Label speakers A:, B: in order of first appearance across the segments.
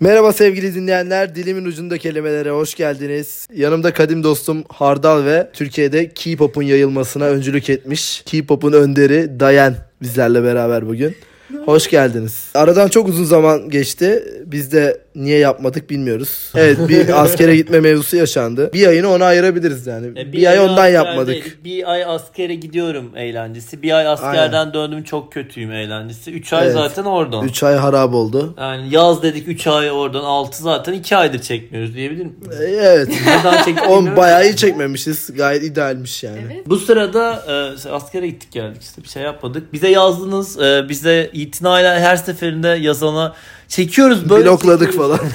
A: Merhaba sevgili dinleyenler. Dilimin ucunda kelimelere hoş geldiniz. Yanımda kadim dostum Hardal ve Türkiye'de K-pop'un yayılmasına öncülük etmiş K-pop'un önderi Dayan bizlerle beraber bugün. Hoş geldiniz. Aradan çok uzun zaman geçti. Biz de niye yapmadık bilmiyoruz. Evet bir askere gitme mevzusu yaşandı. Bir ayını ona ayırabiliriz yani.
B: E,
A: bir, ay ondan
B: asker
A: yapmadık.
B: değil, bir ay askere gidiyorum eğlencesi. Bir ay askerden döndüm çok kötüyüm eğlencesi. 3 ay
A: Evet.
B: zaten oradan.
A: 3 ay harap oldu.
B: Yani yaz dedik 3 ay oradan 6 zaten 2 aydır çekmiyoruz diyebilir miyim?
A: E, Evet.
B: Neden çektik
A: On
B: bilmiyorum.
A: bayağı iyi çekmemişiz. Gayet idealmiş yani.
B: Bu sırada e, askere gittik geldik işte bir şey yapmadık. Bize yazdınız e, bize itinayla her seferinde yazana çekiyoruz böyle.
A: Blokladık
B: çekiyoruz.
A: falan.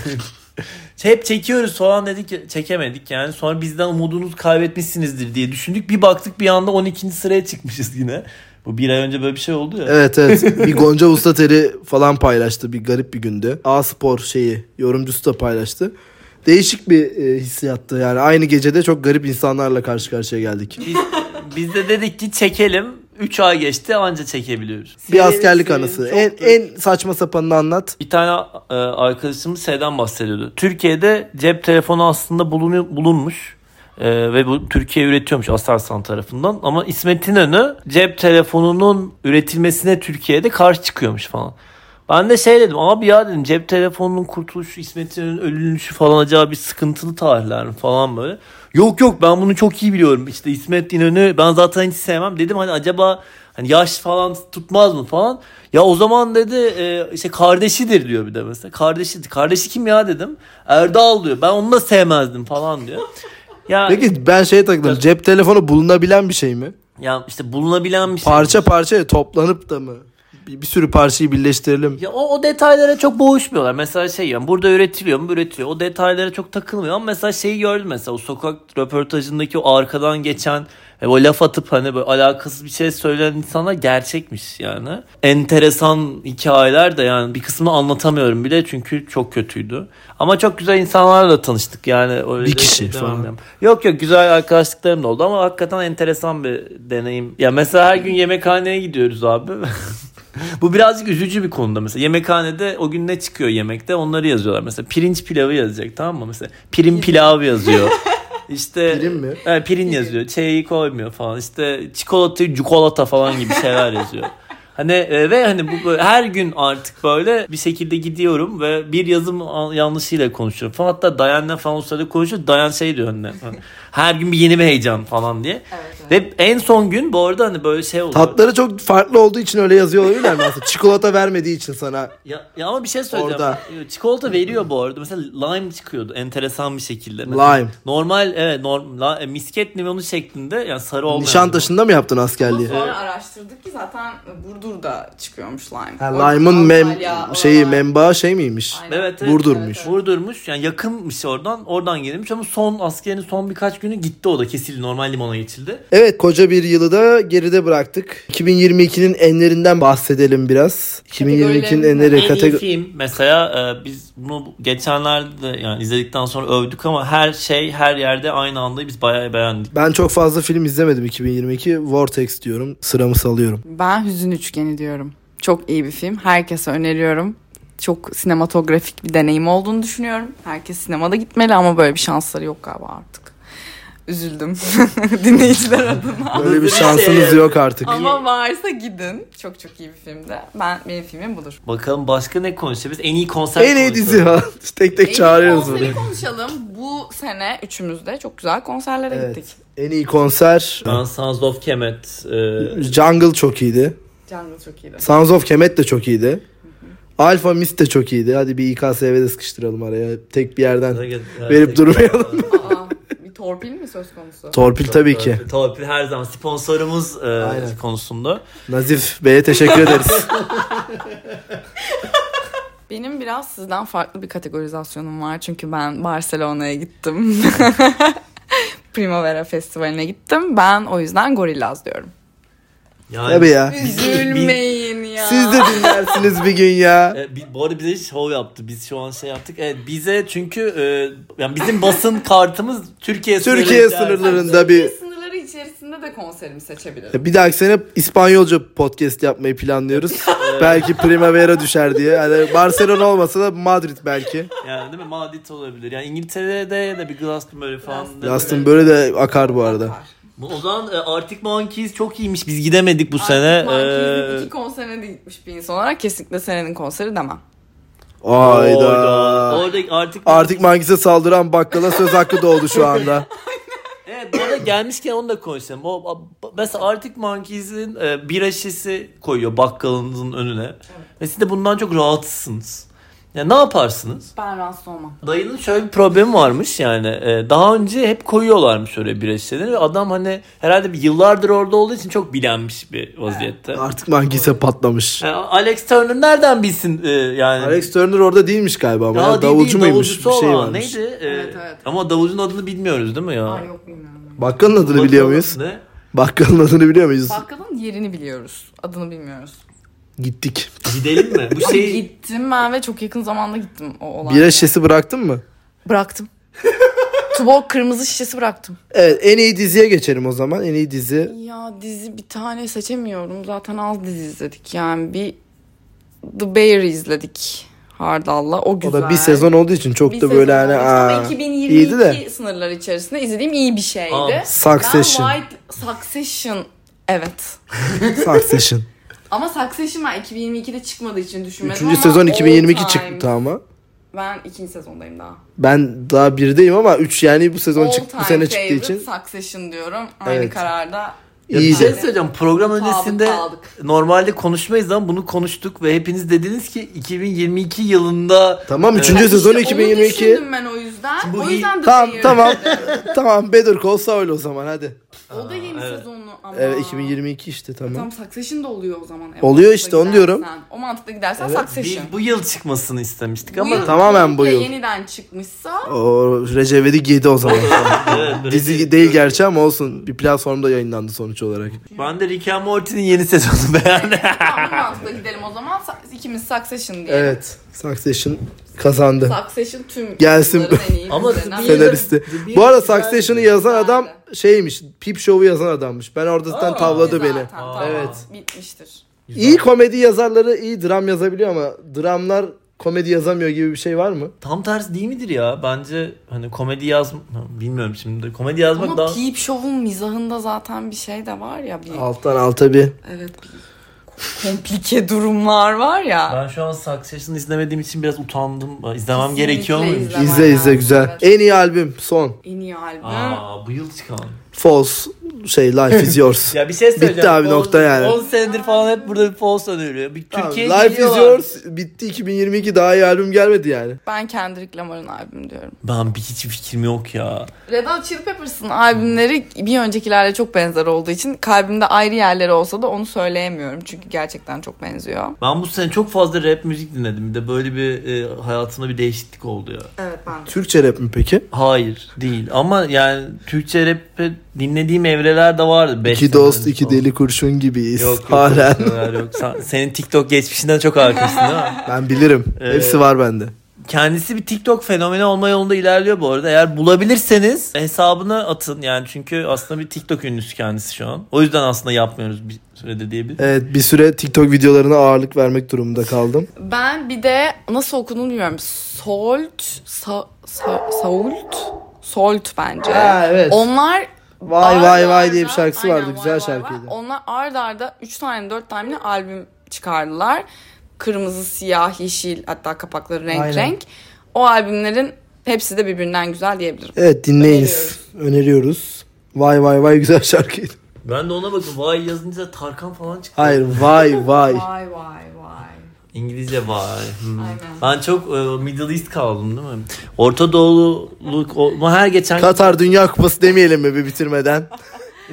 B: Hep çekiyoruz falan dedik çekemedik yani. Sonra bizden umudunuzu kaybetmişsinizdir diye düşündük. Bir baktık bir anda 12. sıraya çıkmışız yine. Bu bir ay önce böyle bir şey oldu ya.
A: Evet evet. Bir Gonca Usta teri falan paylaştı. Bir garip bir günde. A Spor şeyi yorumcusu da paylaştı. Değişik bir e, hissiyattı. Yani aynı gecede çok garip insanlarla karşı karşıya geldik.
B: Biz, biz de dedik ki çekelim. 3 ay geçti anca çekebiliyoruz.
A: bir askerlik anısı.
B: çok
A: En,
B: kötü.
A: en saçma sapanını anlat.
B: Bir tane e, arkadaşımız şeyden bahsediyordu. Türkiye'de cep telefonu aslında bulunuyor, bulunmuş. E, ve bu Türkiye üretiyormuş Aselsan tarafından. Ama İsmet İnönü cep telefonunun üretilmesine Türkiye'de karşı çıkıyormuş falan. Ben de şey dedim abi ya dedim cep telefonunun kurtuluşu İsmet İnönü'nün ölünüşü falan acaba bir sıkıntılı tarihler mi falan böyle. Yok yok ben bunu çok iyi biliyorum işte İsmet İnönü ben zaten hiç sevmem dedim hani acaba hani yaş falan tutmaz mı falan. Ya o zaman dedi e, işte kardeşidir diyor bir de mesela kardeşidir kardeşi kim ya dedim Erdal diyor ben onu da sevmezdim falan diyor. Ya,
A: Peki ben şeye takıldım. Cep telefonu bulunabilen bir şey mi?
B: ya işte bulunabilen bir şey.
A: Parça parça toplanıp da mı? Bir, bir sürü parçayı birleştirelim.
B: Ya o, o detaylara çok boğuşmuyorlar. Mesela şey yani burada üretiliyor mu üretiliyor. O detaylara çok takılmıyor ama mesela şeyi gördüm mesela o sokak röportajındaki o arkadan geçen e, o laf atıp hani böyle alakasız bir şey söyleyen insanlar gerçekmiş yani. Enteresan hikayeler de yani bir kısmını anlatamıyorum bile çünkü çok kötüydü. Ama çok güzel insanlarla tanıştık yani. Öyle
A: Bir
B: de
A: kişi
B: demem
A: falan.
B: lazım. Yok yok güzel arkadaşlıklarım da oldu ama hakikaten enteresan bir deneyim. Ya mesela her gün yemekhaneye gidiyoruz abi. Bu birazcık üzücü bir konuda mesela. Yemekhanede o gün ne çıkıyor yemekte onları yazıyorlar. Mesela pirinç pilavı yazacak tamam mı? Mesela pirin pilavı yazıyor. İşte
A: Pirin mi?
B: Evet, pirin yazıyor. Çeyi koymuyor falan. İşte çikolatayı cukolata falan gibi şeyler yazıyor. Hani e, ve hani bu böyle her gün artık böyle bir şekilde gidiyorum ve bir yazım a- yanlışıyla konuşuyorum falan. Hatta Dayan'la falan o sırada konuşuyor. Dayan şey diyor önüne. Her gün bir yeni bir heyecan falan diye. Ve en son gün bu arada hani böyle şey oldu.
A: Tatları çok farklı olduğu için öyle yazıyor olabilirler mi aslında? Çikolata vermediği için sana.
B: Ya, ya ama bir şey söyleyeceğim.
A: Orada.
B: Çikolata veriyor bu arada. Mesela lime çıkıyordu enteresan bir şekilde. Mesela
A: Lime.
B: Normal evet norm, la- e, misket limonu şeklinde yani sarı olmayan.
A: Nişantaşı'nda mı yaptın
C: Ama
A: askerliği?
C: sonra araştırdık ki zaten Burdur'da çıkıyormuş lime.
A: Ha,
C: Orada
A: Lime'ın mem
C: Antalya,
A: şeyi
C: oralar.
A: memba şey miymiş?
C: Aynen.
B: Evet, evet.
A: Burdur'muş.
C: Evet, evet.
B: Vurdurmuş yani yakınmış oradan oradan gelmiş ama son askerin son birkaç günü gitti o da kesildi normal limona geçildi.
A: Evet koca bir yılı da geride bıraktık. 2022'nin enlerinden bahsedelim biraz. 2022'nin enleri
B: En iyi
A: kategori...
B: film mesela e, biz bunu bu- geçenlerde de yani izledikten sonra övdük ama her şey her yerde aynı anda biz bayağı beğendik.
A: Ben çok fazla film izlemedim 2022. Vortex diyorum. Sıramı salıyorum.
C: Ben Hüzün Üçgeni diyorum. Çok iyi bir film. Herkese öneriyorum. Çok sinematografik bir deneyim olduğunu düşünüyorum. Herkes sinemada gitmeli ama böyle bir şansları yok galiba artık. Üzüldüm dinleyiciler adına.
A: Böyle bir
B: Neyse.
A: şansınız yok artık.
C: ama varsa gidin. Çok çok iyi bir filmdi. Ben benim filmim budur.
B: Bakalım başka ne konuşacağız? En iyi konser
A: En iyi
B: konuşalım.
A: dizi ha. Tek tek çağırıyoruz
C: En iyi
A: buraya.
C: konseri konuşalım. Bu sene üçümüz de çok güzel konserlere
A: Evet.
C: gittik.
A: En iyi konser.
B: Ben Sons of Kemet. e,
A: Jungle çok iyiydi.
C: Jungle çok iyiydi.
A: Sons of Kemet de çok iyiydi. Alfa Mist de çok iyiydi. Hadi bir İKSV'de sıkıştıralım araya. Tek bir yerden. Verip durmayalım.
C: Aa, bir torpil mi söz konusu?
A: Torpil tabii ki.
B: Torpil her zaman sponsorumuz e,
A: Aynen.
B: konusunda.
A: Nazif Bey'e teşekkür ederiz.
C: Benim biraz sizden farklı bir kategorizasyonum var. Çünkü ben Barcelona'ya gittim. Primavera Festivali'ne gittim. Ben o yüzden Gorillaz diyorum.
B: Yani,
A: Tabii ya.
C: Üzülmeyin ya.
A: Siz de dinlersiniz bir gün ya.
B: E, bi- bu arada bize şov yaptı. Biz şu an şey yaptık. Evet bize çünkü e, yani bizim basın kartımız Türkiye
A: Türkiye
B: sınırları içerisinde.
A: sınırlarında bir E,
C: sınırları içerisinde de konserimi seçebilirim.
A: Bir dahaki sene İspanyolca podcast yapmayı planlıyoruz. belki Primavera düşer diye. Yani Barcelona olmasa da Madrid belki.
B: Yani değil mi? Madit olabilir. Yani İngiltere'de ya da bir Glastonbury falan. da
A: Justin böyle de akar bu arada.
B: Bu- O zaman e, Arctic Monkeys çok iyiymiş. Biz gidemedik bu sene.
C: Monkeys'in
A: e,
B: Ee,
C: iki konserine de gitmiş bir insan olarak kesinlikle senenin konseri demem.
B: orada-
A: Ayda.
B: Orada Arctic
A: Artık Mangis'e saldıran bakkala söz hakkı doğdu şu anda.
B: Evet bu arada gelmişken onu da konuşalım. O, mesela Arctic Monkeys'in e, bira şişesi koyuyor bakkalınızın önüne. Ve siz de bundan çok rahatsızsınız. Ya ne yaparsınız?
C: Ben rahatsız olmam.
B: Dayının şöyle bir problemi varmış yani. E, daha önce hep koyuyorlarmış öyle bira şişeleri. Ve adam hani herhalde bir yıllardır orada olduğu için çok bilenmiş bir vaziyette.
A: Artık Mangis'e patlamış.
B: Yani Alex Turner nereden bilsin e, yani?
A: Alex Turner orada değilmiş galiba ama.
B: Ya
A: ya,
B: değil,
A: davulcu
B: değil,
A: muymuş? Bir
B: davulcusu
A: şey
B: olan.
A: varmış.
B: Neydi? E,
C: Evet, evet.
B: Ama davulcunun adını bilmiyoruz değil mi ya?
C: Ay yok bilmiyorum.
A: Bakkalın adını biliyor muyuz?
B: Ne?
A: Bakkalın adını biliyor muyuz?
C: Bakkalın yerini biliyoruz. Adını bilmiyoruz.
A: Gittik.
B: Gidelim mi? Bu
C: Şey...
B: şey
C: Gittim ben ve çok yakın zamanda gittim o olay.
A: Bira şişesi bıraktın mı?
C: Bıraktım. Tubo kırmızı şişesi bıraktım.
A: Evet en iyi diziye geçelim o zaman. En iyi dizi.
C: Ya dizi bir tane seçemiyorum. Zaten az dizi izledik. Yani bir The Bear'ı izledik Hardal'la. O
A: O
C: güzel.
A: da bir sezon olduğu için çok
C: Bir
A: da
C: sezon
A: böyle hani
C: olmuştu ama
A: aa,
C: 2022
A: iyiydi de.
C: sınırları içerisinde izlediğim iyi bir şeydi.
B: Aa,
A: Succession.
C: Ben White Succession evet.
A: Succession.
C: Ama Succession ben 2022'de çıkmadığı için düşünmedim
A: Üçüncü
C: ama
A: sezon
C: All
A: 2022
C: Time-
A: çıktı ama.
C: Ben ikinci sezondayım daha.
A: Ben daha birdeyim ama 3 yani bu sezon
C: All
A: çıktı bu
C: time
A: sene çıktığı
C: favorite
A: için
C: Succession diyorum.
A: Evet.
C: Aynı kararda
B: Ya
A: İyice.
B: Bir şey söyleyeceğim. Program
C: Tabi
B: öncesinde
C: kaldık.
B: normalde konuşmayız ama bunu konuştuk ve hepiniz dediniz ki 2022 yılında
A: Tamam
B: Evet.
A: 3.
B: Üçüncü
C: İşte
A: sezon
C: onu
A: 2022.
C: düşündüm ben o yüzden.
B: Bu
C: o
B: iyi.
C: yüzden de
A: Tamam tamam. tamam Better Call Saul o zaman hadi.
C: O da yeni
B: evet.
C: sezonu ama.
A: Evet 2022 işte tamam.
C: Tam Succession da oluyor o zaman. E, o
A: Oluyor
C: mantıkla
A: işte, onu
C: gidersen.
A: diyorum.
C: O mantıkla gidersen
A: Evet,
C: Succession.
B: bir, bu yıl çıkmasını istemiştik
C: Bu
B: ama
C: yıl
A: Tamamen bu
C: komple
A: yıl.
C: Yeniden çıkmışsa
A: O Recep İvedik yedi o zaman.
B: Evet, böyle-
A: Dizi değil gerçi ama olsun. Bir platformda yayınlandı sonuç olarak.
B: ben de Rick and Morty'nin yeni sezonunu beğendim.
C: tamam bu mantıkla gidelim o zaman. Sa- ikimiz Succession diye.
A: Evet. Succession kazandı.
C: Succession tüm
A: Gelsin.
C: yılların en iyi
B: Ama
C: dizilerinden
B: The Bear-
C: biri.
A: Senaristi.
B: The Bear
A: Bu arada
B: güzeldi.
A: Succession'ı yazan adam şeymiş. Peep Show'u yazan adammış. Ben orada zaten
B: Aa,
A: tavladı
C: Zaten,
A: beni.
C: tamam,
A: Evet.
C: Bitmiştir.
A: İyi komedi yazarları iyi dram yazabiliyor ama dramlar komedi yazamıyor gibi bir şey var mı?
B: Tam tersi değil midir ya? Bence hani komedi yaz bilmiyorum şimdi. de. Komedi yazmak
C: Ama
B: daha
C: Peep Show'un mizahında zaten bir şey de var ya. Bir,
A: Alttan alta bir.
C: Evet bir komplike durumlar var ya.
B: ben şu an Succession'ı izlemediğim için biraz utandım. İzlemem
C: Kesinlikle
B: gerekiyor mu?
C: izle. Zaman
A: İzle izle
C: lazım,
A: güzel.
C: evet.
A: En iyi albüm son.
C: En iyi albüm.
B: Aa bu yıl çıkan.
A: False şey Life is yours.
B: Ya bir şey söyleyeceğim.
A: abi,
B: False-
A: nokta yani.
B: 10 senedir falan hep burada bir false öneriyor. Bir
A: Tamam,
B: Türkiye'ye
A: Life is
B: geliyorlar.
A: yours bitti 2022 daha iyi albüm gelmedi yani.
C: Ben Kendrick Lamar'ın albümü diyorum.
B: Ben bir hiç fikrim yok ya.
C: Red Hot Chili Peppers'ın albümleri bir öncekilerle çok benzer olduğu için kalbimde ayrı yerleri olsa da onu söyleyemiyorum. Çünkü gerçekten çok benziyor.
B: Ben bu sene çok fazla rap müzik dinledim. Bir de böyle bir e, hayatımda bir değişiklik oldu ya.
C: Evet ben
A: Türkçe rap mi peki?
B: Hayır değil ama yani Türkçe rap'i dinlediğim evreler de vardı. Beş
A: İki
B: sene
A: dost
B: önce
A: iki
B: falan.
A: deli kurşun gibiyiz.
B: Yok yok.
A: Halen.
B: öyle şeyler yok. Sen- senin TikTok geçmişinden çok arkasın değil mi?
A: Ben bilirim.
B: Ee,
A: Hepsi var bende.
B: Kendisi bir TikTok fenomeni olma yolunda ilerliyor bu arada. Eğer bulabilirseniz hesabına atın yani çünkü aslında bir TikTok ünlüsü kendisi şu an. O yüzden aslında yapmıyoruz bir sürede diyebilirim.
A: Evet bir süre TikTok videolarına ağırlık vermek durumunda kaldım.
C: Ben bir de nasıl okunduğunu bilmiyorum. Salt, sa, sa- Salt, Salt bence.
A: Ha, evet.
C: Onlar
A: Vay vay
C: arda
A: vay diye bir
C: arda-
A: şarkısı
C: Aynen,
A: vardı.
C: vay
A: Güzel
C: vay
A: şarkıydı.
C: vay. Onlar ard arda 3 tane 4 tane albüm çıkardılar. Kırmızı, siyah, yeşil hatta kapakları renk
A: Aynen.
C: renk. O albümlerin hepsi de birbirinden güzel diyebilirim.
A: Evet dinleyiniz. Öneriyoruz. Vay vay vay güzel şarkıydı.
B: Ben de ona bakın vay yazınca Tarkan falan çıktı.
A: Hayır vay vay.
C: Vay vay vay.
B: İngilizce vay. Hmm.
C: Aynen.
B: Ben çok e, Middle East kaldım değil mi? Orta Doğululuk olma her geçen
A: Katar Dünya Kupası demeyelim mi bir bitirmeden?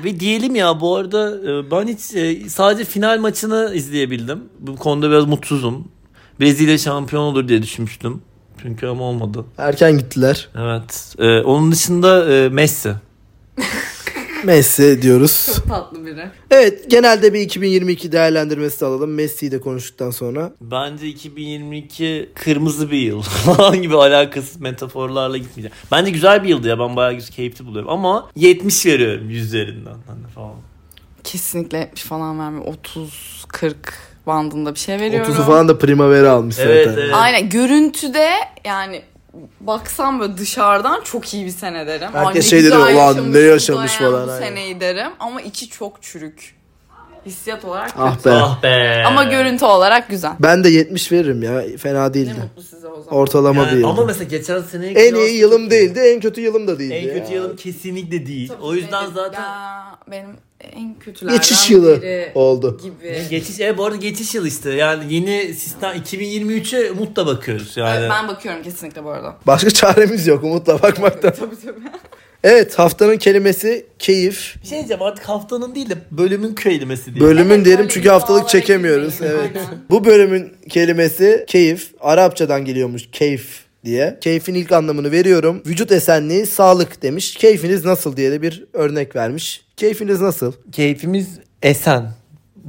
B: ve diyelim ya bu arada e, ben hiç e, sadece final maçını izleyebildim. Bu konuda biraz mutsuzum. Brezilya şampiyon olur diye düşünmüştüm. Çünkü ama olmadı.
A: Erken gittiler.
B: Evet. E, onun dışında e, Messi.
A: Messi diyoruz.
C: Çok tatlı biri.
A: Evet genelde bir 2022 değerlendirmesi de alalım. Messi'yi de konuştuktan sonra.
B: Bence 2022 kırmızı bir yıl. Falan gibi alakasız metaforlarla gitmeyeceğim. Bence güzel bir yıldı ya. Ben bayağı keyifli buluyorum. Ama 70 veriyorum yüzlerinden. Hani falan.
C: kesinlikle 70 falan vermiyor. 30 40 bandında bir şey veriyorum.
A: 30'u falan da Primavera almış
B: Evet,
A: zaten.
B: evet.
C: Aynen görüntüde yani baksam böyle dışarıdan çok iyi bir sene derim.
A: Herkes
C: Aa, ne
A: şey dedi,
C: güzel
A: "Ulan
C: yaşamış,
A: ne yaşamış
C: dayan
A: falan,"
C: Bu
A: aynen.
C: seneyi derim ama içi çok çürük. Hissiyat olarak kötü.
A: Ah be.
B: Ah be.
C: Ama görüntü olarak güzel.
A: Ben de 70 veririm ya. Fena
C: Ne
A: değildi.
C: mutlu size o zaman.
A: Ortalama
B: Yani
A: bir yıl.
B: ama mesela geçen sene
A: En iyi yılım değildi, en kötü yılım da değildi.
B: En
A: ya.
B: kötü yılım kesinlikle değil.
C: Tabii
B: o yüzden
C: benim-
B: zaten
C: Ya, benim en kötülerden
A: Geçiş yılı
C: biri
A: oldu.
C: gibi.
B: geçiş e bu arada geçiş yılı işte. Yani yeni sistem 2023'e umutla bakıyoruz yani.
C: Evet, ben bakıyorum kesinlikle bu arada.
A: Başka çaremiz yok umutla bakmaktan.
C: Tabii tabii.
A: Evet haftanın kelimesi keyif.
B: Bir şey diyeceğim artık haftanın değil de bölümün kelimesi diye.
A: Bölümün
C: Evet,
A: derim
C: böyle
A: çünkü haftalık
C: iddialara
A: çekemiyoruz.
C: girmeyin.
A: Evet.
C: Aynen.
A: Bu bölümün kelimesi keyif. Arapçadan geliyormuş keyif diye. Keyfin ilk anlamını veriyorum. Vücut esenliği, sağlık demiş. Keyfiniz nasıl diye de bir örnek vermiş. Keyfiniz nasıl?
B: Keyfimiz esen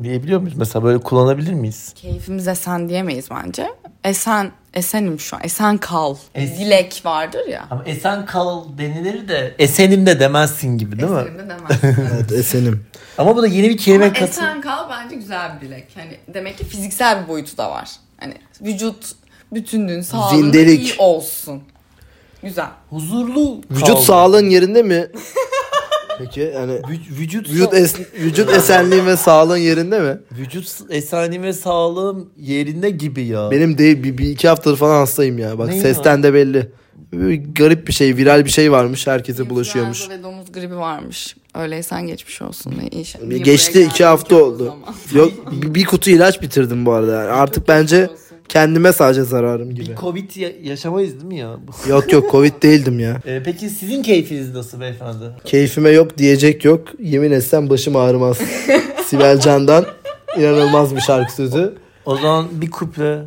B: diyebiliyor muyuz? Mesela böyle kullanabilir miyiz?
C: Keyfimiz esen diyemeyiz bence. Esen, esenim şu an. Esen kal.
B: Es-
C: Dilek vardır ya.
B: Ama esen kal denilir de esenim de demezsin gibi değil mi?
C: Esenim de demezsin.
A: Evet esenim.
B: Ama bu da yeni bir kelime
C: Ama
B: katı.
C: esen kal bence güzel bir dilek. Hani demek ki fiziksel bir boyutu da var. Hani vücut bütünlüğün sağlığın
A: Zindelik.
C: iyi olsun. Güzel.
B: Huzurlu kal.
A: Vücut sağlığın yerinde mi? Peki yani
B: Vü- vücut
A: vücut es- vücut esenliğin ve sağlığın yerinde mi?
B: vücut esenim ve sağlığım yerinde gibi ya.
A: Benim değil bir, bir iki haftadır falan hastayım ya. Bak
B: Neyin
A: sesten de belli. Bir garip bir şey, viral bir şey varmış. Herkese bulaşıyormuş.
C: İnfluenza ve domuz gribi varmış. Öyleysen geçmiş olsun. İyi şey- iş.
A: Bir geçti, iki hafta oldu. Yok bir, bir kutu ilaç bitirdim bu arada. Yani Artık bence kendime sadece zararım
B: Bir
A: gibi.
B: Covid ya- yaşamayız değil mi ya?
A: Yok yok Covid değildim ya.
B: Ee, peki sizin keyfiniz nasıl beyefendi?
A: Keyfime yok diyecek yok. Yemin etsem başım ağrımaz. Sibel Can'dan inanılmaz bir şarkı sözü.
B: O zaman bir kuple.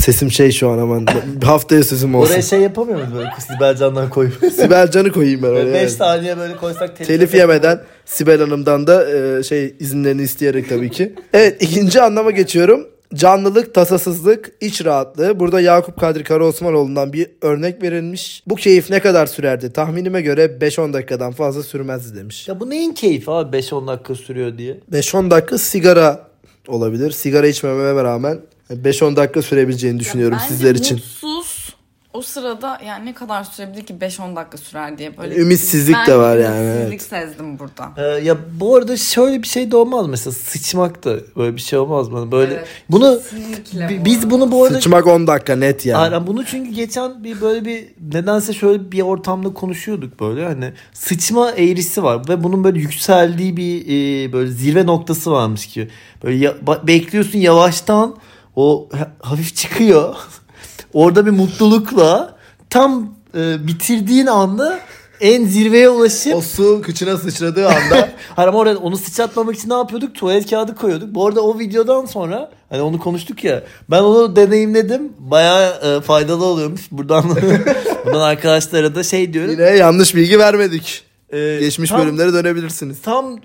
A: Sesim şey şu an aman. Haftaya sözüm
B: Oraya
A: olsun.
B: şey yapamıyor muyuz böyle Sibel Can'dan koyup?
A: Sibel Can'ı koyayım ben oraya.
B: 5
A: evet.
B: saniye böyle koysak telif,
A: Telif yemeden Sibel Hanım'dan da e, şey izinlerini isteyerek tabii ki. Evet ikinci anlama geçiyorum. Canlılık, tasasızlık, iç rahatlığı. Burada Yakup Kadri Karaosmanoğlu'ndan bir örnek verilmiş. Bu keyif ne kadar sürerdi? Tahminime göre 5-10 dakikadan fazla sürmezdi demiş.
B: Ya bu neyin keyfi abi 5-10 dakika sürüyor diye.
A: 5-10 dakika sigara olabilir. Sigara içmememe rağmen 5-10 dakika sürebileceğini düşünüyorum sizler için.
C: Mutsuz o sırada yani ne kadar sürebilir ki 5-10 dakika sürer diye böyle.
A: Ümitsizlik
C: Ben
A: de var yani,
C: Ümitsizlik sezdim burada.
B: Ee, ya bu arada şöyle bir şey de olmaz mesela sıçmak da böyle bir şey olmaz mı? Böyle
C: Evet,
B: bunu
C: kesinlikle
B: bi-
C: bu
B: biz
C: arada.
B: bunu bu arada
A: Sıçmak 10 dakika net yani.
B: Aynen bunu çünkü geçen bir böyle bir nedense şöyle bir ortamda konuşuyorduk böyle hani sıçma eğrisi var ve bunun böyle yükseldiği bir e, böyle zirve noktası varmış ki böyle ya- ba- bekliyorsun yavaştan o ha- hafif çıkıyor orada bir mutlulukla tam e, bitirdiğin anda en zirveye ulaşıp
A: O su kıçına sıçradığı anda
B: Hayır ama orada hani onu sıçratmamak için ne yapıyorduk? Tuvalet kağıdı koyuyorduk. Bu arada o videodan sonra hani onu konuştuk ya. Ben onu deneyimledim. Bayağı e, faydalı oluyormuş. Buradan buradan arkadaşlara da şey diyorum.
A: yine yanlış bilgi vermedik.
B: E,
A: Geçmiş
B: tam,
A: bölümlere dönebilirsiniz.
B: Tam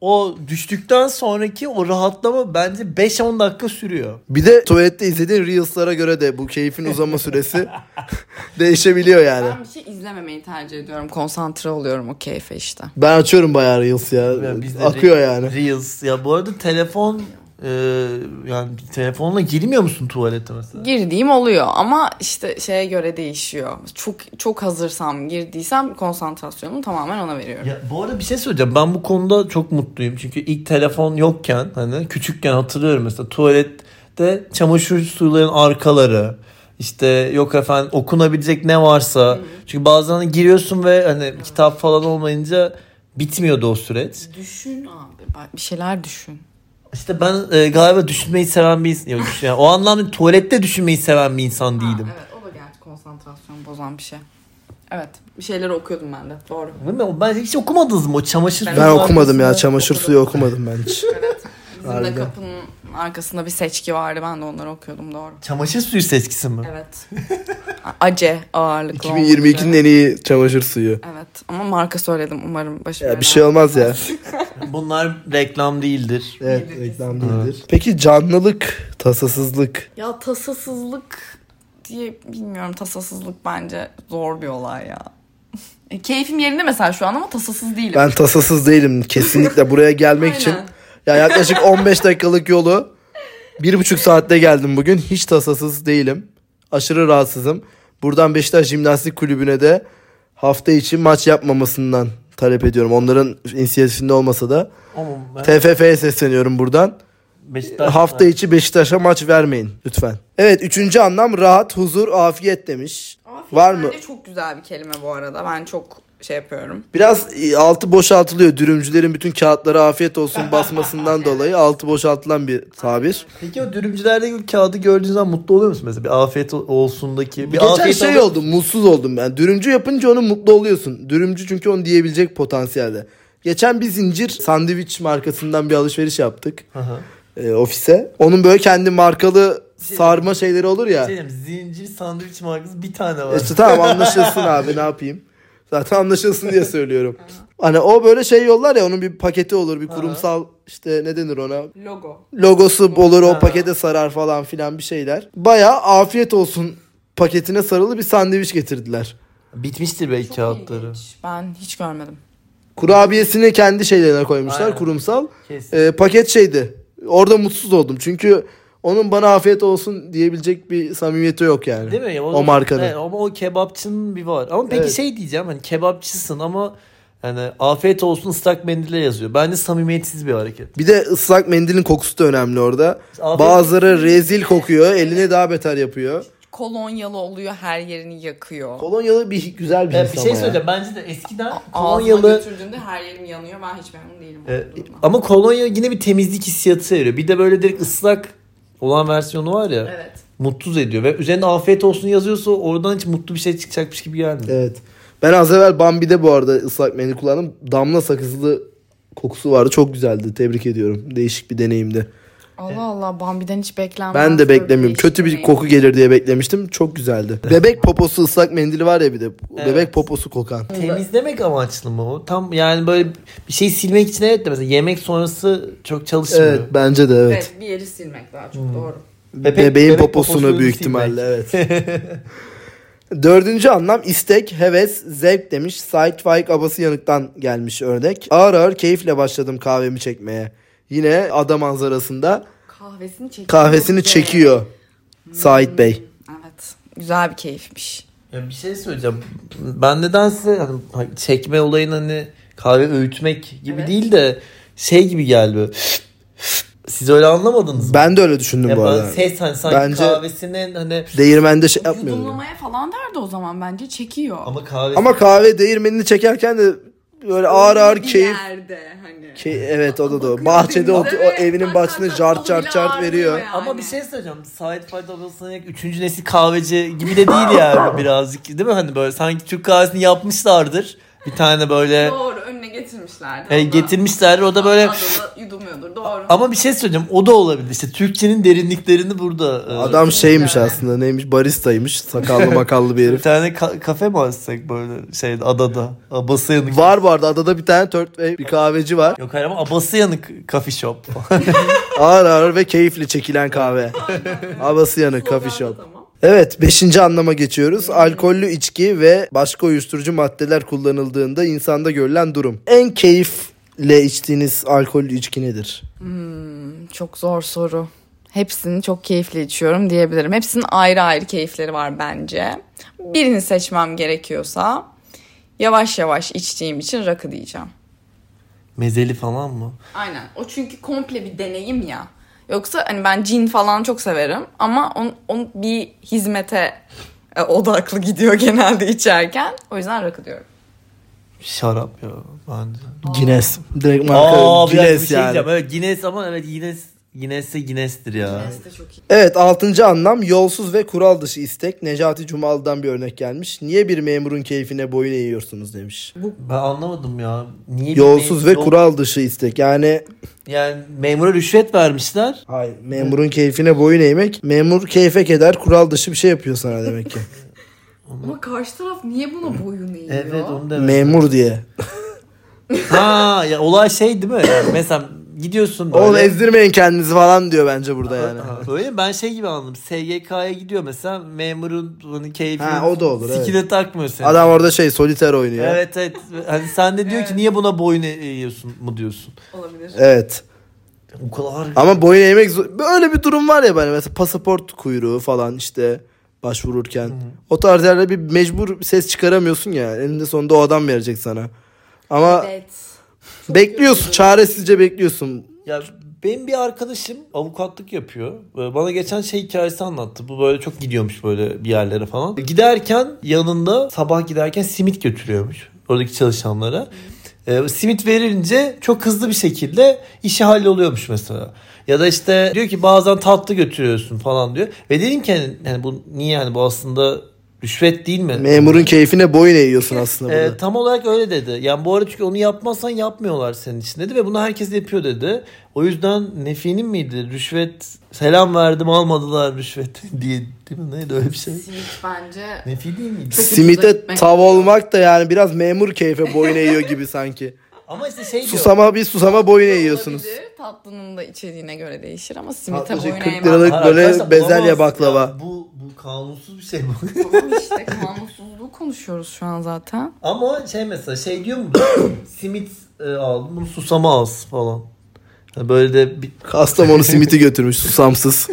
B: o düştükten sonraki o rahatlama bence 5-10 dakika sürüyor.
A: Bir de tuvalette izlediğin Reels'lara göre de bu keyfin uzama süresi değişebiliyor yani.
C: Ben bir şey izlememeyi tercih ediyorum. Konsantre oluyorum o keyfe işte.
A: Ben açıyorum bayağı Reels ya.
B: Yani biz de
A: Akıyor
B: Re-
A: yani.
B: Reels. Ya bu arada telefon e, yani telefonla girmiyor musun tuvalete mesela?
C: Girdiğim oluyor ama işte şeye göre değişiyor. Çok çok hazırsam girdiysem konsantrasyonumu tamamen ona veriyorum.
B: Ya bu arada bir şey söyleyeceğim. Ben bu konuda çok mutluyum. Çünkü ilk telefon yokken hani küçükken hatırlıyorum mesela tuvalette çamaşır suyuların arkaları işte yok efendim okunabilecek ne varsa. Çünkü bazen hani giriyorsun ve hani kitap falan olmayınca bitmiyordu o süreç.
C: Düşün abi bak bir şeyler düşün.
B: İşte ben e, galiba düşünmeyi seven bir insan. Yok, düşün- yani o anlamda tuvalette düşünmeyi seven bir insan değilim.
C: evet o da gerçi konsantrasyon bozan bir şey. Evet bir şeyler okuyordum ben de doğru.
B: Değil mi? O- Ben hiç okumadınız mı o çamaşır
A: Ben
B: suyunun
A: okumadım ya.
B: arkasında?
A: Çamaşır suyu okumadım ben hiç.
C: Bizim de
A: Harbiden.
C: kapının arkasında bir seçki vardı ben de onları okuyordum doğru.
B: Çamaşır suyu seçkisi mi?
C: Evet. A- Ace ağırlıklı. olması.
A: 2022'nin en iyi çamaşır suyu.
C: Evet ama marka söyledim umarım başım
A: Ya
C: belaya
A: bir şey olmaz ya.
B: Bunlar reklam değildir.
A: Evet, reklam değildir. Peki canlılık, tasasızlık.
C: Ya tasasızlık diye bilmiyorum tasasızlık bence zor bir olay ya. E, Keyfim yerinde mesela şu an ama tasasız değilim.
A: Ben tasasız değilim kesinlikle buraya gelmek için.
C: Aynen.
A: Ya yaklaşık 15 dakikalık yolu bir buçuk saatte geldim bugün. Hiç tasasız değilim. Aşırı rahatsızım. Buradan Beşiktaş Jimnastik Kulübü'ne de hafta içi maç yapmamasından talep ediyorum. Onların inisiyatifinde olmasa da.
D: Ama ben
A: TFF'ye sesleniyorum buradan.
D: Beşiktaş-
A: Hafta içi Beşiktaş'a maç vermeyin lütfen. Evet üçüncü anlam rahat, huzur, afiyet demiş.
C: Afiyet
A: Var mı?
C: bence çok güzel bir kelime bu arada. Ben çok şey yapıyorum.
A: Biraz e, altı boşaltılıyor. Dürümcülerin bütün kağıtları afiyet olsun basmasından dolayı altı boşaltılan bir tabir.
B: Peki o dürümcülerdeki kağıdı gördüğünüz zaman mutlu oluyor musun mesela? Bir afiyet olsundaki. Bir
A: Geçen
B: afiyet
A: şey oldu mutsuz oldum ben. Dürümcü yapınca onu mutlu oluyorsun. Dürümcü çünkü onu diyebilecek potansiyelde. Geçen bir zincir sandviç markasından bir alışveriş yaptık
B: Aha.
A: e, ofise. Onun böyle kendi markalı sarma şeyleri olur ya.
B: Şey diyeyim, zincir sandviç markası bir tane var.
A: İşte tamam anlaşılsın abi ne yapayım. Zaten anlaşılsın diye söylüyorum. Hani o böyle şey yollar ya onun bir paketi olur bir kurumsal işte ne denir ona
C: Logo.
A: logosu olur o
B: Ha.
A: pakete sarar falan filan bir şeyler. Bayağı afiyet olsun paketine sarılı bir sandviç getirdiler.
B: Bitmiştir belki kağıtları.
C: Ben hiç görmedim.
A: Kurabiyesini kendi şeylerine koymuşlar
B: Aynen.
A: kurumsal.
B: Kesin.
A: Ee, paket şeydi. Orada mutsuz oldum çünkü onun bana afiyet olsun diyebilecek bir samimiyeti yok yani.
B: Değil mi? Ya,
A: o markanın.
B: Evet, ama o kebapçının bir var. Ama peki
A: Evet.
B: şey diyeceğim hani kebapçısın ama yani afiyet olsun ıslak mendile yazıyor. Bence samimiyetsiz bir hareket.
A: Bir de ıslak mendilin kokusu da önemli orada.
B: Afiyet-
A: Bazıları rezil kokuyor. Eline daha beter yapıyor.
C: Kolonyalı oluyor her yerini yakıyor.
A: Kolonyalı bir güzel bir
B: Evet, bir
A: insan
B: şey
A: ama ya.
B: söyleyeceğim. Bence de eskiden
C: Ağzıma
B: Konyalı
C: götürdüğünde her yerim yanıyor. Ben hiç memnun değilim.
B: E,
A: Ee,
B: ama kolonya yine bir temizlik hissiyatı veriyor. Bir de böyle direkt ıslak olan versiyonu var
A: e,
B: ya.
C: Evet.
B: Mutsuz ediyor. Ve üzerine afiyet olsun yazıyorsa oradan hiç mutlu bir şey çıkacakmış gibi gelmiyor.
A: Evet. Ben az evvel Bambi'de bu arada ıslak mendil kullandım. Damla sakızlı kokusu vardı. Çok güzeldi. Tebrik ediyorum. Değişik bir deneyimdi.
C: Allah Allah Bambi'den hiç beklenmez.
A: Ben de
C: böyle şey.
A: beklemiyorum.
C: değişik
A: Kötü bir
C: deneyim.
A: koku gelir diye beklemiştim. Çok güzeldi. Bebek poposu ıslak mendili var ya bir de. Bebek poposu kokan.
B: Temizlemek amaçlı mı o? Tam yani böyle bir şey silmek için evet de mesela yemek sonrası çok çalışmıyor.
A: Evet bence de evet.
C: Evet. bir yeri silmek daha çok
A: Hmm.
C: doğru.
B: Bebek-
A: Bebeğin
B: bebek
A: poposunu,
B: poposunu
A: büyük
B: silmek.
A: ihtimalle evet. Dördüncü anlam istek, heves, zevk demiş. Sait Faik Abası Yanık'tan gelmiş örnek. Ağır ağır keyifle başladım kahvemi çekmeye. Yine ada manzarasında
C: Kahvesini çekiyor. Hmm.
A: kahvesini çekiyor Sait Bey.
C: Evet. Güzel bir keyifmiş.
B: Ya bir şey söyleyeceğim. Ben nedense hani çekme olayın hani kahve öğütmek gibi
C: Evet.
B: değil de şey gibi geldi. Siz öyle anlamadınız mı?
A: Ben de öyle düşündüm
B: Ya
A: bu
B: ben
A: arada.
B: ses hani sanki
A: Bence-
B: kahvesinin hani
A: Değirmende şey yapmıyorum.
C: Yudumlamaya falan derdi o zaman bence çekiyor.
B: ama kahvesi
A: Ama kahve değirmenini çekerken de böyle ağır ağır
C: Bir
A: keyif.
C: yerde hani.
A: Key- evet o da doğru.
C: Bakıyor
A: Bahçede
C: denize
A: o, o
C: ve
A: evinin
C: tak
A: bahçesinde
C: tak tak
A: cart
C: o
A: cart
C: bile
A: cart
C: ağrıyor
A: veriyor.
C: yani.
B: Ama bir şey söyleyeceğim. Sait Faik Abası'nın üçüncü nesil kahveci gibi de değil yani birazcık. Değil mi? Hani böyle sanki Türk kahvesini yapmışlardır. Bir tane böyle
C: Doğru önüne getirmişlerdi.
B: e, getirmişler. O da böyle
C: Adada yudumuyordur doğru.
B: ama bir şey söyleyeceğim. O da olabilir. İşte Türkçenin derinliklerini burada. e,
A: Adam şeymiş
C: Yani.
A: aslında neymiş baristaymış sakallı makallı bir
B: bir
A: herif.
B: tane ka- kafe mi açsak böyle şeyde adada. Abası yanık.
A: Var bu arada adada bir tane tört ve bir kahveci var.
B: Yok hayır ama abası yanık kafe shop.
A: Ağır ağır ve keyifle çekilen kahve. Havası yanık coffee shop.
C: Tamam.
A: Evet beşinci anlama geçiyoruz. Alkollü içki ve başka uyuşturucu maddeler kullanıldığında insanda görülen durum. En keyifle içtiğiniz alkollü içki nedir?
C: Çok zor soru. Hepsini çok keyifli içiyorum diyebilirim. Hepsinin ayrı ayrı keyifleri var bence. Birini seçmem gerekiyorsa yavaş yavaş içtiğim için rakı diyeceğim.
B: Mezeli falan mı?
C: Aynen. O çünkü komple bir deneyim ya. Yoksa hani ben cin falan çok severim ama on, on bir hizmete e, odaklı gidiyor genelde içerken. O yüzden rakı diyorum.
B: Şarap ya bence.
A: Guinness. Direkt marka
B: Aa, bir dakika, bir
A: Guinness
B: şey
A: yani.
B: diyeceğim. Evet Guinness ama evet Guinness Guinness'e Guinness'tir ya.
A: Evet altıncı anlam yolsuz ve kural dışı istek. Necati Cumalı'dan bir örnek gelmiş. Niye bir memurun keyfine boyun eğiyorsunuz demiş.
B: Ben anlamadım ya. Niye bir
A: Yolsuz
B: me-
A: ve
B: yol-
A: kural dışı istek. Yani
B: Yani memura rüşvet vermişler.
A: Hayır. Memurun keyfine boyun eğmek. Memur keyfe keder kural dışı bir şey yapıyor sana demek ki.
C: Ama karşı taraf niye buna boyun eğiyor?
B: Evet onu da.
A: Memur diye.
B: ha ya olay şey değil mi? Yani mesela gidiyorsun böyle.
A: Oğlum ezdirmeyin kendinizi falan diyor bence burada yani.
B: Ha, Öyle mi? ben şey gibi anladım. SGK'ya gidiyor mesela memurun hani keyfi.
A: Ha, o da olur, evet.
B: Sikine takmıyor seni.
A: Adam orada şey soliter oynuyor. Evet.
B: Evet evet. Hani sen de diyor ki niye buna boyun eğiyorsun mu diyorsun.
C: Olabilir.
B: O kadar
A: Ama boyun eğmek zor- böyle bir durum var ya böyle mesela pasaport kuyruğu falan işte başvururken. O tarz yerlerde bir mecbur ses çıkaramıyorsun ya. Eninde sonunda o adam verecek sana. Ama
C: Evet.
A: bekliyorsun çaresizce bekliyorsun.
B: Ya benim bir arkadaşım avukatlık yapıyor. Ee, Bana geçen şey hikayesi anlattı. Bu böyle çok gidiyormuş böyle bir yerlere falan. Giderken yanında sabah giderken simit götürüyormuş oradaki çalışanlara. Ee, simit verilince çok hızlı bir şekilde işi halloluyormuş mesela. Ya da işte diyor ki bazen tatlı götürüyorsun falan diyor. Ve dedim ki hani, hani bu niye yani bu aslında rüşvet değil mi?
A: Memurun keyfine boyun eğiyorsun aslında
B: Ee,
A: burada.
B: tam olarak öyle dedi. Yani bu arada çünkü onu yapmazsan yapmıyorlar senin için dedi ve bunu herkes yapıyor dedi. O yüzden Nefi'nin miydi? Rüşvet selam verdim almadılar rüşvet diye değil mi? Neydi öyle bir şey?
C: Simit bence.
B: Nefi değil miydi?
C: Çok ucuza
A: Simite
C: gitmek.
A: tav olmak da yani biraz memur keyfe boyun eğiyor gibi sanki.
B: Ama işte şey diyor.
A: Susama bir susama boyun eğiyorsunuz.
C: Olabilir. Tatlının da içeriğine göre değişir ama simite
A: Tatlı şey,
C: boyun
A: 40
C: eğmem.
A: liralık-
B: Hayır,
A: böyle
B: arkadaşlar,
A: bezelye
B: bulamazsın
A: baklava.
B: ya. Bu, bu kanunsuz bir şey bu.
C: Tamam işte kanunsuzluğu konuşuyoruz şu an zaten.
B: Ama şey mesela şey diyor mu? Simit e, aldım bunu susama alsın falan. Yani böyle de bir
A: Kastamonu simiti götürmüş susamsız.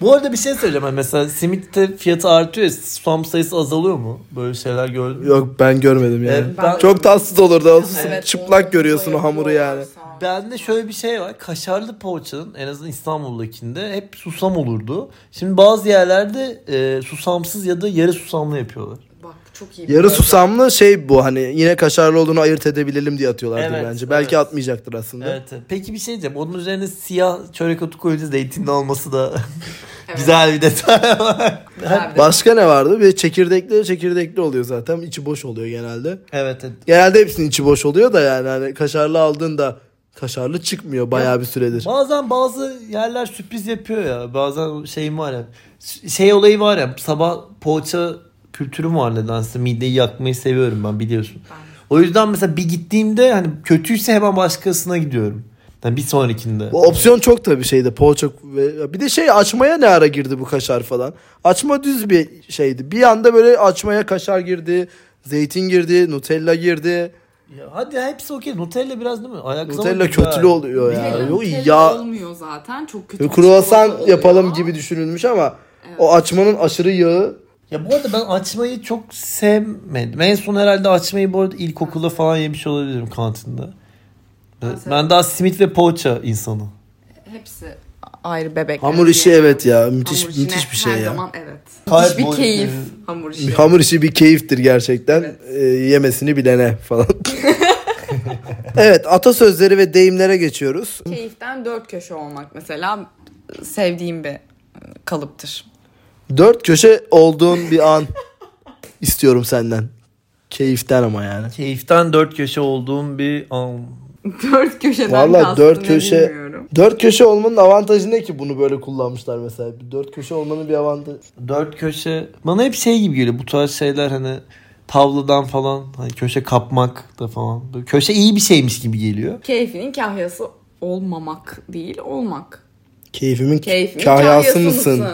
B: Bu arada bir şey söyleyeceğim. Hani Mesela simitte fiyatı artıyor ya. Spam sayısı azalıyor mu? Böyle şeyler gördün mü?
A: Yok ben görmedim yani.
B: Ee, ben-
A: Çok tatsız olurdu. Olsun.
C: Evet,
A: Çıplak
C: onu
A: görüyorsun o hamuru yani.
C: yapıyorlarsa.
B: Bende şöyle bir şey var. Kaşarlı poğaçanın en azından İstanbul'dakinde hep susam olurdu. Şimdi bazı yerlerde e, susamsız ya da yarı susamlı yapıyorlar.
C: Bak çok iyi. bir
A: Yarı
C: örnek.
A: susamlı şey bu hani yine kaşarlı olduğunu ayırt edebilelim diye atıyorlardır
B: Evet,
A: bence.
B: evet.
A: Belki atmayacaktır aslında.
B: Evet. evet. Peki bir şey diyeceğim. Onun üzerine siyah çörek otu koyunca zeytinli olması da
C: Evet.
B: güzel bir detay var.
C: Güzel bir-
A: Başka ne vardı? Bir çekirdekli çekirdekli oluyor zaten. İçi boş oluyor genelde.
B: evet. evet.
A: Genelde hepsinin içi boş oluyor da yani hani kaşarlı aldığında kaşarlı çıkmıyor bayağı bir süredir.
B: Bazen bazı yerler sürpriz yapıyor ya. Bazen şeyim var ya. Şey olayı var ya. Sabah poğaça kültürüm var nedense. Mideyi yakmayı seviyorum ben biliyorsun. O yüzden mesela bir gittiğimde hani kötüyse hemen başkasına gidiyorum. Yani bir sonrakinde.
A: Bu opsiyon çok tabii şeyde poğaça ve bir de şey açmaya ne ara girdi bu kaşar falan. Açma düz bir şeydi. Bir anda böyle açmaya kaşar girdi, zeytin girdi, Nutella girdi.
B: Ya hadi hepsi okey. Nutella biraz değil mi? Ayak
A: Nutella kötülü oluyor ya.
C: Nutella
A: Yok
C: Nutella
A: ya.
C: olmuyor zaten. Çok kötü.
A: Böyle
C: bir
A: Kruvasan
C: çikolata oluyor.
A: yapalım gibi düşünülmüş ama o açmanın aşırı yağı
B: Ya bu arada ben açmayı çok sevmedim. En son herhalde açmayı bu arada ilkokulda falan yemiş olabilirim kantinde. Ben, ben daha simit ve poğaça insanı.
C: Hepsi ayrı bebek.
A: hamur işi evet ya müthiş
C: Hamur işine
A: müthiş bir şey
C: her
A: ya.
C: Zaman, evet.
B: Kalp
C: Müthiş bir
B: boyutu.
C: keyif hamur işi.
A: Hamur işi bir keyiftir gerçekten. Ee, yemesini bilene falan. evet atasözleri ve deyimlere geçiyoruz.
C: Keyiften dört köşe olmak mesela sevdiğim bir e, kalıptır.
A: Dört köşe olduğun bir an istiyorum senden. Keyiften ama yani.
B: Keyiften dört köşe olduğum bir an.
C: Dört köşeden
A: Vallahi
C: kastı
A: dört
C: ne
A: köşe-
C: bilmiyorum.
A: Dört köşe olmanın avantajı ne ki bunu böyle kullanmışlar mesela? Dört köşe olmanın bir avantajı.
B: Dört köşe. Bana hep şey gibi geliyor bu tarz şeyler hani tavladan falan hani köşe kapmak da falan. Böyle köşe iyi bir şeymiş gibi geliyor.
C: Keyfinin kahyası olmamak değil olmak.
A: Keyfimin,
C: Keyfinin
A: kahyası mısın?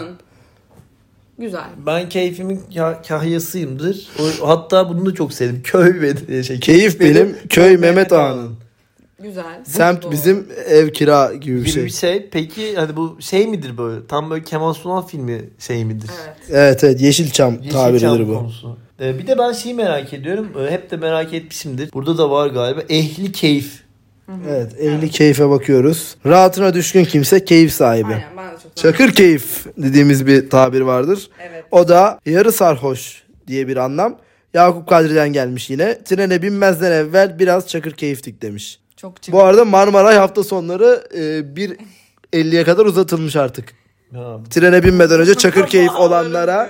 C: Güzel.
B: Ben keyfimin kah- kahyasıyımdır. O, hatta bunu da çok sevdim. Köy ve şey,
A: Keyif benim, köy Mehmet Ağa'nın.
C: Güzel.
A: Semt
C: Doğru.
A: bizim ev kira gibi bir
B: gibi
A: şey.
B: bir şey. Peki hani bu şey midir böyle? Tam böyle Kemal Sunal filmi şey midir?
C: Evet.
A: Evet evet Yeşilçam tabiridir
B: Yeşilçam
A: bu.
B: konusu. Ee, bir de ben şeyi merak ediyorum. Ee, hep de merak etmişimdir. Burada da var galiba. Ehli keyif.
A: Evet evli keyfe bakıyoruz. Rahatına düşkün kimse keyif sahibi.
C: Aynen ben de çok
A: Çakır keyif dediğimiz bir tabir vardır.
C: Evet.
A: O da yarı sarhoş diye bir anlam. Yakup Kadri'den gelmiş yine. Trene binmezden evvel biraz çakır keyiftik demiş.
C: Çok
A: Bu arada Marmaray hafta sonları e, bir 50'ye kadar uzatılmış artık.
B: Ya,
A: Trene binmeden önce çakır keyif olanlara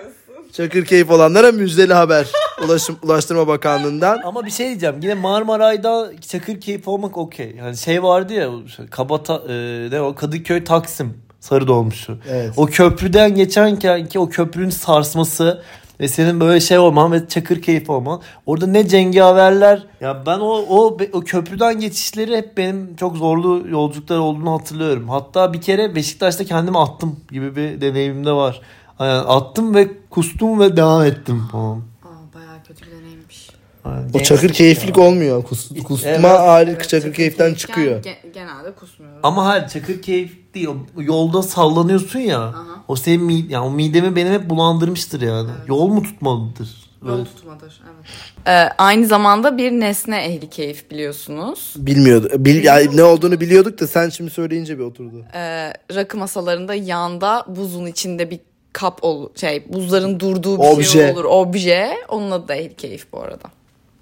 A: çakır keyif olanlara müjdeli haber. Ulaşım, Ulaştırma Bakanlığı'ndan.
B: Ama bir şey diyeceğim. Yine Marmaray'da çakır keyif olmak okey. Yani şey vardı ya Kabata e, ne o Kadıköy Taksim sarı dolmuşu.
A: Evet.
B: O köprüden geçenken ki o köprünün sarsması Ve senin böyle şey olman ve çakır keyif olman. Orada ne cengaverler. Ya ben o, o, o köprüden geçişleri hep benim çok zorlu yolculuklar olduğunu hatırlıyorum. Hatta bir kere Beşiktaş'ta kendimi attım gibi bir deneyimim de var. Yani attım ve kustum ve devam ettim falan.
C: Aa, bayağı kötü bir deneyimmiş.
B: Yani
A: O çakır keyiflik olmuyor. Kus- kusma
B: Evet.
A: ayrı çakır keyiften çıkıyor.
C: genelde kusmuyorum.
B: Ama hayır çakır keyif değil. O Yolda sallanıyorsun ya.
C: Aha.
B: O senin mi, yani o midemi benim hep bulandırmıştır yani. Yol mu tutmalıdır? Böyle-
C: tutmadır. Evet. Ee, aynı zamanda bir nesne ehli keyif biliyorsunuz.
A: Bilmiyordu. Bil, yani ne olduğunu biliyorduk da sen şimdi söyleyince bir oturdu.
C: Ee, rakı masalarında yanda buzun içinde bir kap ol şey buzların durduğu bir şey
A: Obje.
C: olur obje. Onun adı da ehli keyif bu arada.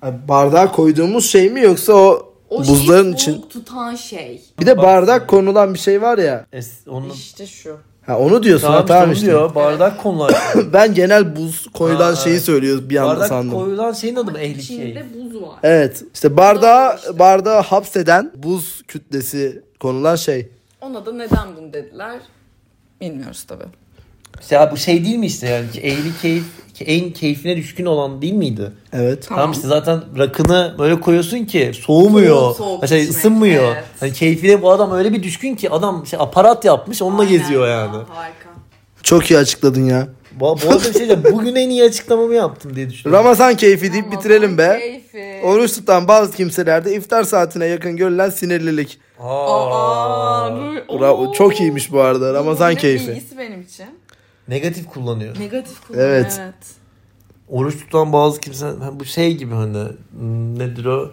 A: Yani bardağa koyduğumuz şey mi yoksa o,
C: şey
A: buzların için?
C: tutan şey.
A: Bir de bardak konulan bir şey var ya.
B: Es, onun,
C: İşte şu.
A: Ha onu diyorsun.
B: tamam,
A: Tamam,
B: tamam
A: işte.
B: diyor. şey Bardak konular.
A: Ben genel buz koyulan
B: Ha,
A: şeyi
B: evet.
A: söylüyoruz bir anda
B: bardak
A: sandım.
B: koyulan şeyin adı mı? Ehli keyif.
C: buz var.
A: Evet. İşte bardağı
C: İşte.
A: bardağı hapseden buz kütlesi konulan şey.
C: Ona da neden bunu dediler bilmiyoruz tabii.
B: İşte ya bu şey değil mi işte yani? ki Ehli keyif en keyfine düşkün olan değil miydi?
A: Evet.
C: Tamam.
B: Tamam, işte zaten rakını böyle koyuyorsun ki soğumuyor.
C: Soğuk soğuk
B: şey,
C: içmek,
B: ısınmıyor.
C: evet.
B: Hani keyfine bu adam öyle bir düşkün ki adam şey, aparat yapmış onunla geziyor yani.
C: Harika.
A: Çok iyi açıkladın ya.
B: Bu, bu arada bir şey diyeceğim. Bugün en iyi açıklamamı yaptım diye düşünüyorum.
A: Ramazan keyfi deyip bitirelim be.
C: Keyfi.
A: Oruç tutan bazı kimselerde iftar saatine yakın görülen sinirlilik.
C: Aa,
A: Bravo. Çok iyiymiş bu arada. Ramazan keyfi.
C: İyisi benim için.
B: Negatif kullanıyor.
C: Negatif kullanım.
A: Evet.
B: Oruç tutan bazı kimse hani bu şey gibi hani hmm, nedir o?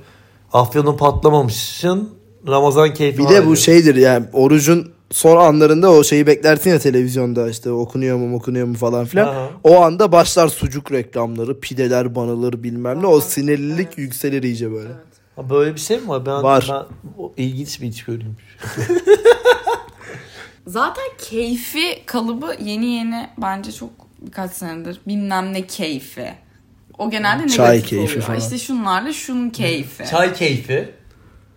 B: Afyonu patlamamışsın. Ramazan keyfi.
A: Bir de
B: hali.
A: bu şey şeydir yani orucun son anlarında o şeyi beklersin ya televizyonda işte okunuyor mu okunuyor mu falan filan.
B: Aha.
A: O anda başlar sucuk reklamları, pideler banılır bilmem ne. O
C: Aha,
A: sinirlilik
C: evet.
A: yükselir iyice böyle.
C: Evet.
B: Ha, böyle bir şey mi var? Ben,
A: Var.
B: ben- o ilginç bir içgörüymüş.
C: Zaten keyfi kalıbı yeni yeni bence çok birkaç senedir bilmem ne keyfi. O genelde negatif
A: Çay keyfi
C: oluyor.
A: falan.
C: İşte şunlarla şunun keyfi. Çay,
B: Çay keyfi.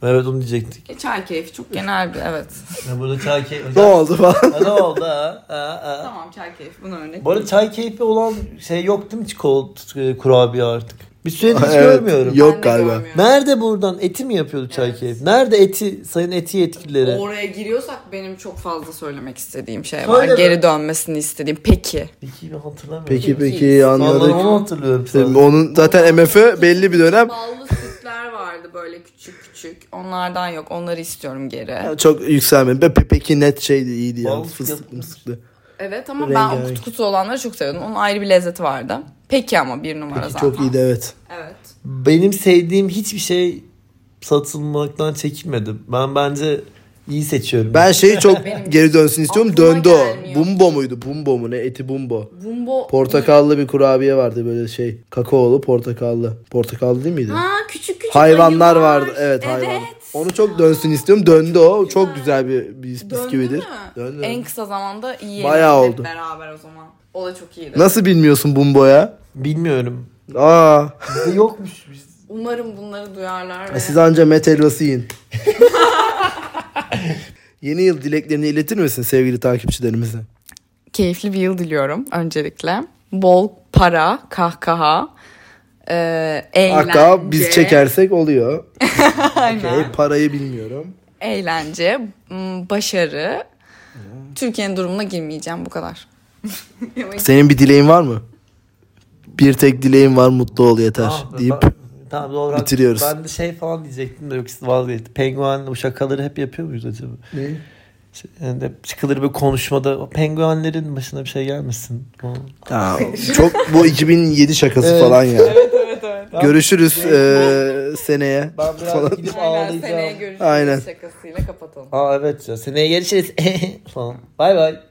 B: Evet onu diyecektik.
C: çay keyfi çok genel bir evet.
B: Ya burada çay keyfi.
A: Ne oldu falan.
B: Ha, ne oldu ha? Ha, ha.
C: tamam çay keyfi buna örnek.
B: Bu arada çay keyfi olan şey yok değil mi çikolata kurabiye artık? Bir süredir hiç
A: Evet,
B: görmüyorum.
A: Yok
C: Ben de
A: galiba.
C: görmüyorum.
B: Nerede buradan eti mi yapıyordu çay keyfi? Nerede eti sayın eti yetkilileri?
C: Oraya giriyorsak benim çok fazla söylemek istediğim şey var.
B: Söyle be.
C: Geri dönmesini istediğim. Peki.
B: Peki ben hatırlamıyorum.
A: Peki peki
C: Vallahi
B: Vallahi onu
A: anladık.
B: hatırlıyorum
A: İşte
B: sadece.
A: onun zaten MF'ı belli bir dönem.
C: Ballı sütler vardı böyle küçük küçük. Onlardan yok. Onları istiyorum geri.
A: Çok yükselmedi. Pe- pe- Peki net şeydi iyiydi ya.
B: Bal
A: Fıstıklı
B: yapmış.
A: mıstıklı.
C: Evet ama ben o kutu kutu olanları çok seviyordum. Onun ayrı bir lezzeti vardı. Peki ama bir numara zaten.
A: Çok iyiydi evet.
C: Evet.
B: Benim sevdiğim hiçbir şey satılmaktan çekinmedim. Ben bence iyi seçiyorum.
A: Ben şeyi çok
C: Benim
A: geri dönsün istiyorum.
C: aklıma
A: Döndü o.
C: gelmiyor.
A: Bumbo muydu? Bumbo mu ne? Eti bumbo.
C: Bumbo.
A: Portakallı bir kurabiye vardı böyle şey. Kakaolu portakallı. Portakallı değil miydi?
C: Ha küçük küçük
A: Hayvanlar
C: ayılar.
A: vardı. Evet, hayvan. Onu çok dönsün istiyorum. Döndü o. Çok güzel bir, bir bisküvidir.
C: Döndü mü?
A: Döndü.
C: En kısa zamanda iyi
A: Bayağı
C: yedik hep
A: oldu.
C: beraber o zaman. O da çok iyiydi.
A: Nasıl bilmiyorsun bumboya?
B: Bilmiyorum.
A: Aa,
B: Bizde yokmuş. Biz-
C: Umarım bunları duyarlar. ve-
A: siz anca met helvası yiyin. Yeni yıl dileklerini iletir misin sevgili takipçilerimize?
C: keyifli bir yıl diliyorum öncelikle. Bol para, kahkaha, e, eğlence.
A: Aka biz çekersek oluyor.
C: Aynen.
A: Okey, parayı bilmiyorum.
C: Eğlence, m, başarı. Türkiye'nin durumuna girmeyeceğim bu kadar.
A: Senin bir dileğin var mı? Bir tek dileğin var mutlu ol yeter
B: Ah,
A: deyip
B: ben- Tamam doğru. haklısın.
A: bitiriyoruz.
B: Ben de şey falan diyecektim de yoksa vazgeçtim. Penguen o şakaları hep yapıyor muyuz acaba? Şey, Yani hep çıkılır bir konuşmada "O penguenlerin başına bir şey gelmesin. falan.
A: Ya, çok bu 2007 şakası
B: Evet.
A: falan ya.
C: evet evet.
A: Görüşürüz eee, seneye.
B: Ben biraz
A: Falan.
B: gidip
C: Aynen
B: ağlayacağım.
C: seneye görüşürüz
A: Aynen.
C: şakasıyla kapatalım.
B: Aa evet ya seneye görüşürüz falan. Bay bay.